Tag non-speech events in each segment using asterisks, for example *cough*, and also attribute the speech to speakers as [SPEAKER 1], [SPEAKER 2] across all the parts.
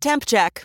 [SPEAKER 1] Temp check.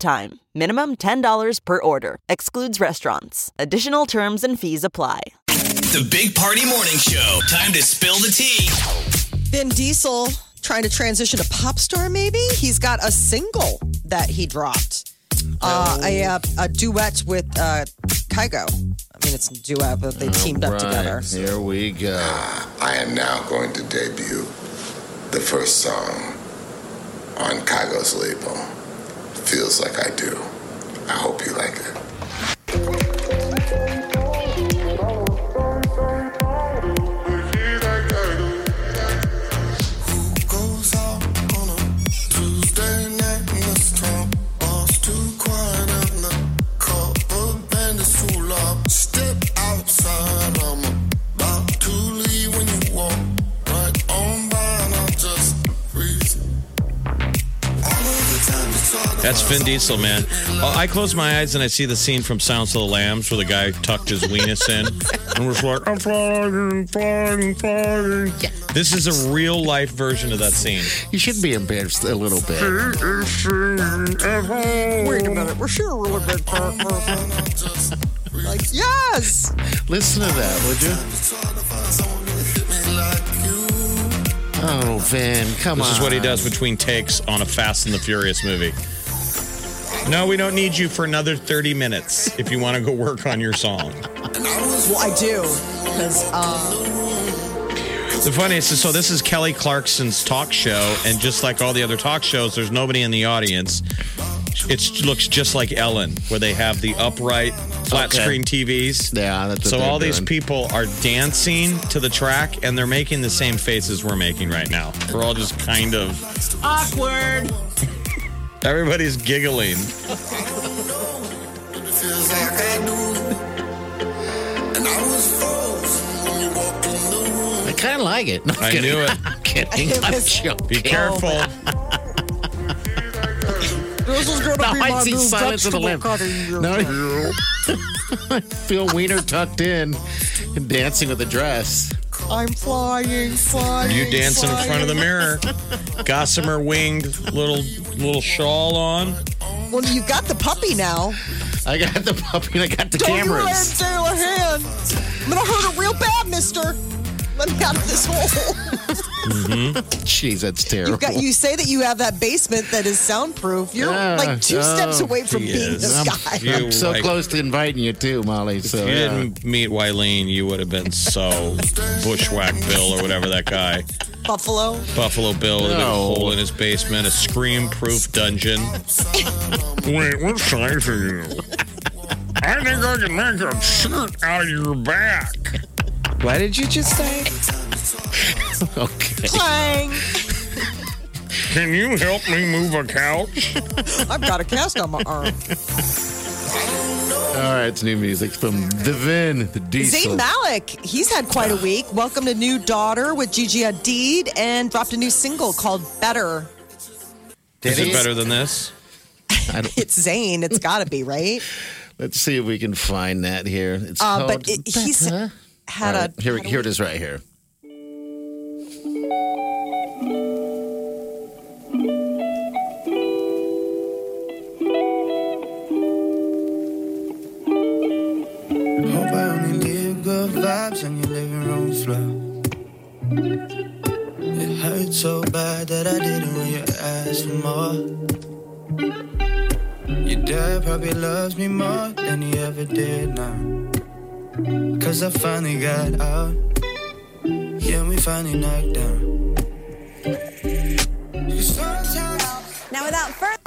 [SPEAKER 1] time. Minimum $10 per order. Excludes restaurants. Additional terms and fees apply.
[SPEAKER 2] The Big Party Morning Show. Time to spill the tea.
[SPEAKER 3] Vin Diesel trying to transition to pop star, maybe? He's got a single that he dropped. Uh, a, uh, a duet with uh, Kygo. I mean, it's a duet, but they teamed up
[SPEAKER 4] Right,
[SPEAKER 3] together.
[SPEAKER 4] Here we go.
[SPEAKER 5] I am now going to debut the first song on Kygo's label. Feels like I do. I hope you like it.
[SPEAKER 6] That's Vin Diesel, man. Oh, I close my eyes and I see the scene from Sounds of the Lambs where the guy tucked his weenus in and was like, I'm flying, flying, flying. This is a real life version of that scene.
[SPEAKER 4] You should be embarrassed a little bit.
[SPEAKER 3] Wait a minute. We're sure we're really big Like, yes!
[SPEAKER 4] Listen to that, would you? Oh, Vin, come on.
[SPEAKER 6] This is what he does between takes on a Fast and the Furious movie. No, we don't need you for another 30 minutes if you want to go work on your song.
[SPEAKER 3] Well, I do. Because uh,
[SPEAKER 6] The funniest is so this is Kelly Clarkson's talk show, and just like all the other talk shows, there's nobody in the audience. It looks just like Ellen, where they have the upright flat
[SPEAKER 4] Okay.
[SPEAKER 6] screen TVs.
[SPEAKER 4] Yeah, that's what
[SPEAKER 6] so
[SPEAKER 4] they're
[SPEAKER 6] all these
[SPEAKER 4] doing.
[SPEAKER 6] people are dancing to the track, and they're making the same faces we're making right now. We're all just kind of awkward. Everybody's giggling.
[SPEAKER 4] I kind of like it. No, I'm
[SPEAKER 6] I
[SPEAKER 4] kidding. Oh,
[SPEAKER 6] knew it.
[SPEAKER 4] I'm
[SPEAKER 7] *laughs*
[SPEAKER 4] kidding. I'm joking. *laughs*
[SPEAKER 6] Be careful.
[SPEAKER 3] this is going to
[SPEAKER 4] Now
[SPEAKER 3] be
[SPEAKER 4] I
[SPEAKER 3] my
[SPEAKER 4] see
[SPEAKER 3] new
[SPEAKER 4] Silence of the
[SPEAKER 3] vegetable
[SPEAKER 4] Lambs.
[SPEAKER 3] cutting.
[SPEAKER 4] No, *laughs* you. I feel wiener tucked in and dancing with a dress.
[SPEAKER 3] I'm flying, flying.
[SPEAKER 6] You dance in
[SPEAKER 3] flying.
[SPEAKER 6] front of the
[SPEAKER 4] *laughs*
[SPEAKER 6] mirror. Gossamer winged little little shawl on.
[SPEAKER 3] Well, you got the puppy now.
[SPEAKER 4] I got the puppy and I got the
[SPEAKER 3] Don't you let
[SPEAKER 4] cameras.
[SPEAKER 3] him tail her hand. I'm gonna hurt her real bad, mister. Let me out of this hole. *laughs*
[SPEAKER 4] Jeez, that's terrible.
[SPEAKER 3] You got you say that you have that basement that is soundproof. You're
[SPEAKER 4] Yeah,
[SPEAKER 3] like two
[SPEAKER 4] oh,
[SPEAKER 3] steps away from being
[SPEAKER 6] yes.
[SPEAKER 3] this
[SPEAKER 4] I'm,
[SPEAKER 3] guy.
[SPEAKER 4] I'm
[SPEAKER 6] You
[SPEAKER 4] so
[SPEAKER 6] like-
[SPEAKER 4] close to inviting you too, Molly. So
[SPEAKER 6] If you
[SPEAKER 4] yeah.
[SPEAKER 6] didn't meet Wileen, you would have
[SPEAKER 8] *laughs*
[SPEAKER 6] been so bushwhack Bill or whatever that guy.
[SPEAKER 3] Buffalo.
[SPEAKER 6] Buffalo Bill with a
[SPEAKER 4] No.
[SPEAKER 6] big hole in his basement, a scream proof dungeon.
[SPEAKER 8] Wait, what size are you? I think I can make a shirt out of your back.
[SPEAKER 7] Why did you just say?
[SPEAKER 4] *laughs* okay.
[SPEAKER 3] Clang!
[SPEAKER 8] Can you help me move a couch?
[SPEAKER 3] I've got a cast on my
[SPEAKER 4] *laughs*
[SPEAKER 3] arm.
[SPEAKER 4] All right, it's new music from The Vin, The Diesel.
[SPEAKER 3] Zayn Malik, he's had quite a week. Welcomed a new daughter with Gigi Hadid and dropped a new single called Better.
[SPEAKER 4] Did
[SPEAKER 6] Is it
[SPEAKER 4] he?
[SPEAKER 6] better than this?
[SPEAKER 4] I don't-
[SPEAKER 3] It's Zayn. It's gotta be, right?
[SPEAKER 4] Let's see if we can find that here. It's
[SPEAKER 3] Uh,
[SPEAKER 4] called
[SPEAKER 3] but it, he's
[SPEAKER 4] Better.
[SPEAKER 3] had
[SPEAKER 4] All right,
[SPEAKER 3] a
[SPEAKER 4] here, here it is right here.
[SPEAKER 7] Hope I only leave good vibes in your living room floor. It hurt so bad that I didn't when you asked for more. Your dad probably loves me more than he ever did now. Cause I finally got out. Yeah, we finally knocked down.
[SPEAKER 9] Now, without further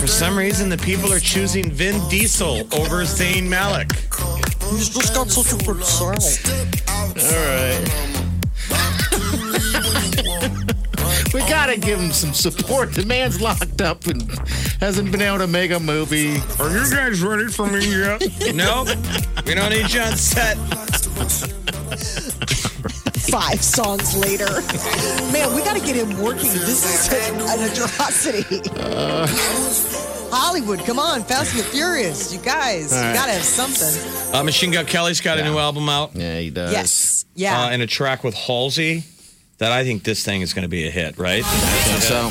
[SPEAKER 6] For some reason, the people are choosing Vin Diesel over Zayn Malik.
[SPEAKER 3] he's just got such a good sound.
[SPEAKER 4] All right. gotta give him some support. The man's locked up and hasn't been able to make a movie.
[SPEAKER 8] Are you guys ready for me yet?
[SPEAKER 6] *laughs* Nope. We don't need you on set.
[SPEAKER 3] Five songs later. Man, we got to get him working. This is an, an atrocity. Hollywood, come on. Fast and the Furious. You guys, you got to have something.
[SPEAKER 6] Uh, Machine Gun Kelly's got a new album out
[SPEAKER 4] Yeah, he does.
[SPEAKER 3] Yes. Yeah.
[SPEAKER 6] uh, and a track with Halsey that I think this thing is going to be a hit, right?
[SPEAKER 4] And so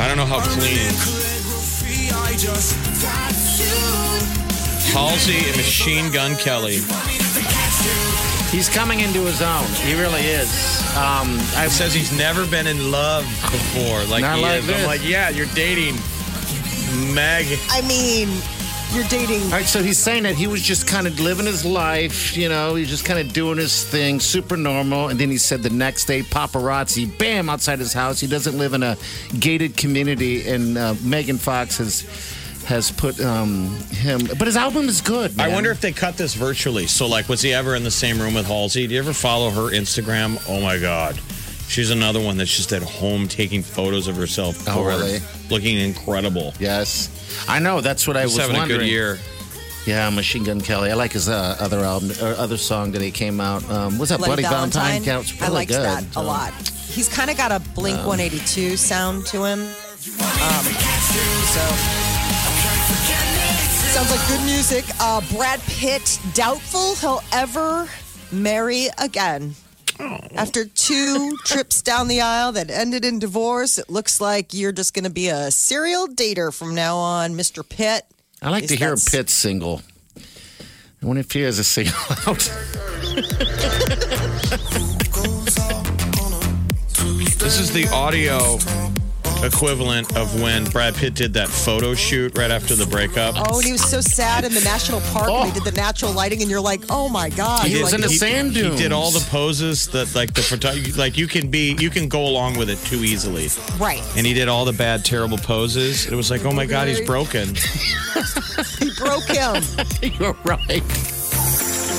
[SPEAKER 6] I don't know how clean. Halsey and Machine Gun Kelly.
[SPEAKER 4] he's coming into his own. He really is. Um, I
[SPEAKER 6] says he's never been in love before. Like,
[SPEAKER 4] Not
[SPEAKER 6] he
[SPEAKER 4] like
[SPEAKER 6] is.
[SPEAKER 4] this.
[SPEAKER 6] I'm like, yeah, you're dating Meg.
[SPEAKER 3] I mean, you're dating.
[SPEAKER 4] All right, so he's saying that he was just kind of living his life, you know, he's just kind of doing his thing, super normal. And then he said the next day, paparazzi, bam, outside his house. He doesn't live in a gated community, and uh, Megan Fox has has put um, him. But his album is good.
[SPEAKER 6] I
[SPEAKER 4] man.
[SPEAKER 6] wonder if they cut this virtually. So, like, was he ever in the same room with Halsey? Do you ever follow her Instagram? Oh my God. She's another one that's just at home taking photos of herself.
[SPEAKER 4] Oh,
[SPEAKER 6] bored,
[SPEAKER 4] really?
[SPEAKER 6] Looking incredible.
[SPEAKER 4] Yes, I know. That's what I
[SPEAKER 6] Just
[SPEAKER 4] was
[SPEAKER 6] having
[SPEAKER 4] wondering.
[SPEAKER 6] a good year.
[SPEAKER 4] Yeah, Machine Gun Kelly. I like his uh, other album or other song that he came out. Um, what's that, Bloody, Valentine? Yeah, it's
[SPEAKER 3] I
[SPEAKER 4] really
[SPEAKER 3] liked
[SPEAKER 4] good. Um,
[SPEAKER 3] that a lot. He's kind of got a Blink 182 sound to him. Um, so. Sounds like good music. Uh, Brad Pitt, doubtful he'll ever marry again.
[SPEAKER 4] Oh.
[SPEAKER 3] After
[SPEAKER 4] *laughs*
[SPEAKER 3] two trips down the aisle that ended in divorce, it looks like you're just going to be a serial dater from now on, Mr. Pitt.
[SPEAKER 4] I like to
[SPEAKER 3] At least
[SPEAKER 4] hear a
[SPEAKER 3] that's-
[SPEAKER 4] Pitt single. I wonder if he has a single *laughs* out.
[SPEAKER 6] This is the audio equivalent of when Brad Pitt did that photo shoot right after the breakup.
[SPEAKER 3] Oh, and he was so sad in the national park when they did the natural lighting, and you're like, oh my God.
[SPEAKER 4] Oh. He
[SPEAKER 3] You're
[SPEAKER 4] was
[SPEAKER 3] like,
[SPEAKER 4] in the sand
[SPEAKER 6] He
[SPEAKER 4] dunes.
[SPEAKER 6] did all the poses that, like, the photog- like you can be, you can go along with it too easily.
[SPEAKER 3] right.
[SPEAKER 6] And he did all the bad, terrible poses. It was like, oh my God, he's broken.
[SPEAKER 3] He broke
[SPEAKER 4] *laughs*
[SPEAKER 3] him.
[SPEAKER 4] You're right.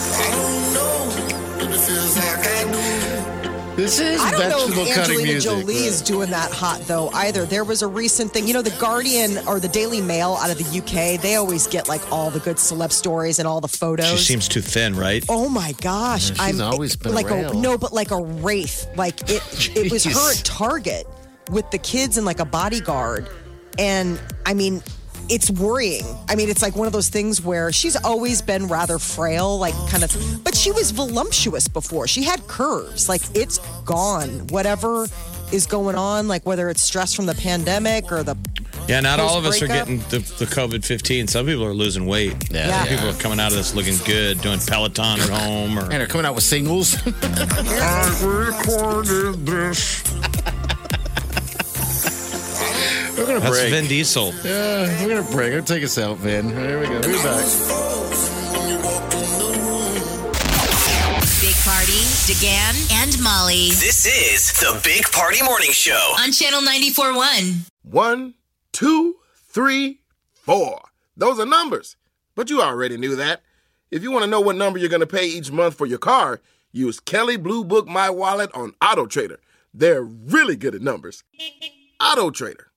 [SPEAKER 4] This is
[SPEAKER 3] I don't know
[SPEAKER 4] vegetable
[SPEAKER 3] if
[SPEAKER 4] cutting
[SPEAKER 3] Angelina
[SPEAKER 4] music. *laughs*
[SPEAKER 3] Jolie is doing that hot though either. There was a recent thing, you know, the Guardian or the Daily Mail out of the UK. They always get like all the good celeb stories and all the
[SPEAKER 6] She
[SPEAKER 3] photos.
[SPEAKER 6] seems too thin, right?
[SPEAKER 3] Oh my gosh!
[SPEAKER 4] she's
[SPEAKER 3] I'm
[SPEAKER 4] always been a
[SPEAKER 3] like
[SPEAKER 4] rail.
[SPEAKER 3] no, but like a wraith. Like it, it was
[SPEAKER 4] Jeez.
[SPEAKER 3] her at Target with the kids and like a bodyguard, and I mean, it's worrying. I mean, it's like one of those things where she's always been rather frail, like kind of, but she was voluptuous before. She had curves. Like it's gone. Whatever is going on, like whether it's stress from the pandemic or the
[SPEAKER 6] Yeah, not all of us are
[SPEAKER 3] Post-breakup?
[SPEAKER 6] getting the, the COVID 15. Some people are losing weight.
[SPEAKER 4] Yeah,
[SPEAKER 3] Yeah.
[SPEAKER 6] Some people are coming out of this looking good, doing Peloton at home. Or,
[SPEAKER 4] And they're coming out with singles. *laughs*
[SPEAKER 8] I recorded this.
[SPEAKER 4] we're gonna
[SPEAKER 6] that's
[SPEAKER 4] break.
[SPEAKER 6] Vin Diesel.
[SPEAKER 4] Yeah, we're gonna break. We're gonna take us out, Vin. Here we go. We're back.
[SPEAKER 10] Big Party, DeGan, and Molly
[SPEAKER 2] This is the Big Party Morning Show.
[SPEAKER 10] on Channel 94.1.
[SPEAKER 11] One, two, three, four. Those are numbers, but you already knew that. If you want to know what number you're going to pay each month for your car, use Kelly Blue Book My Wallet on Auto Trader. They're really good at numbers. Auto Trader.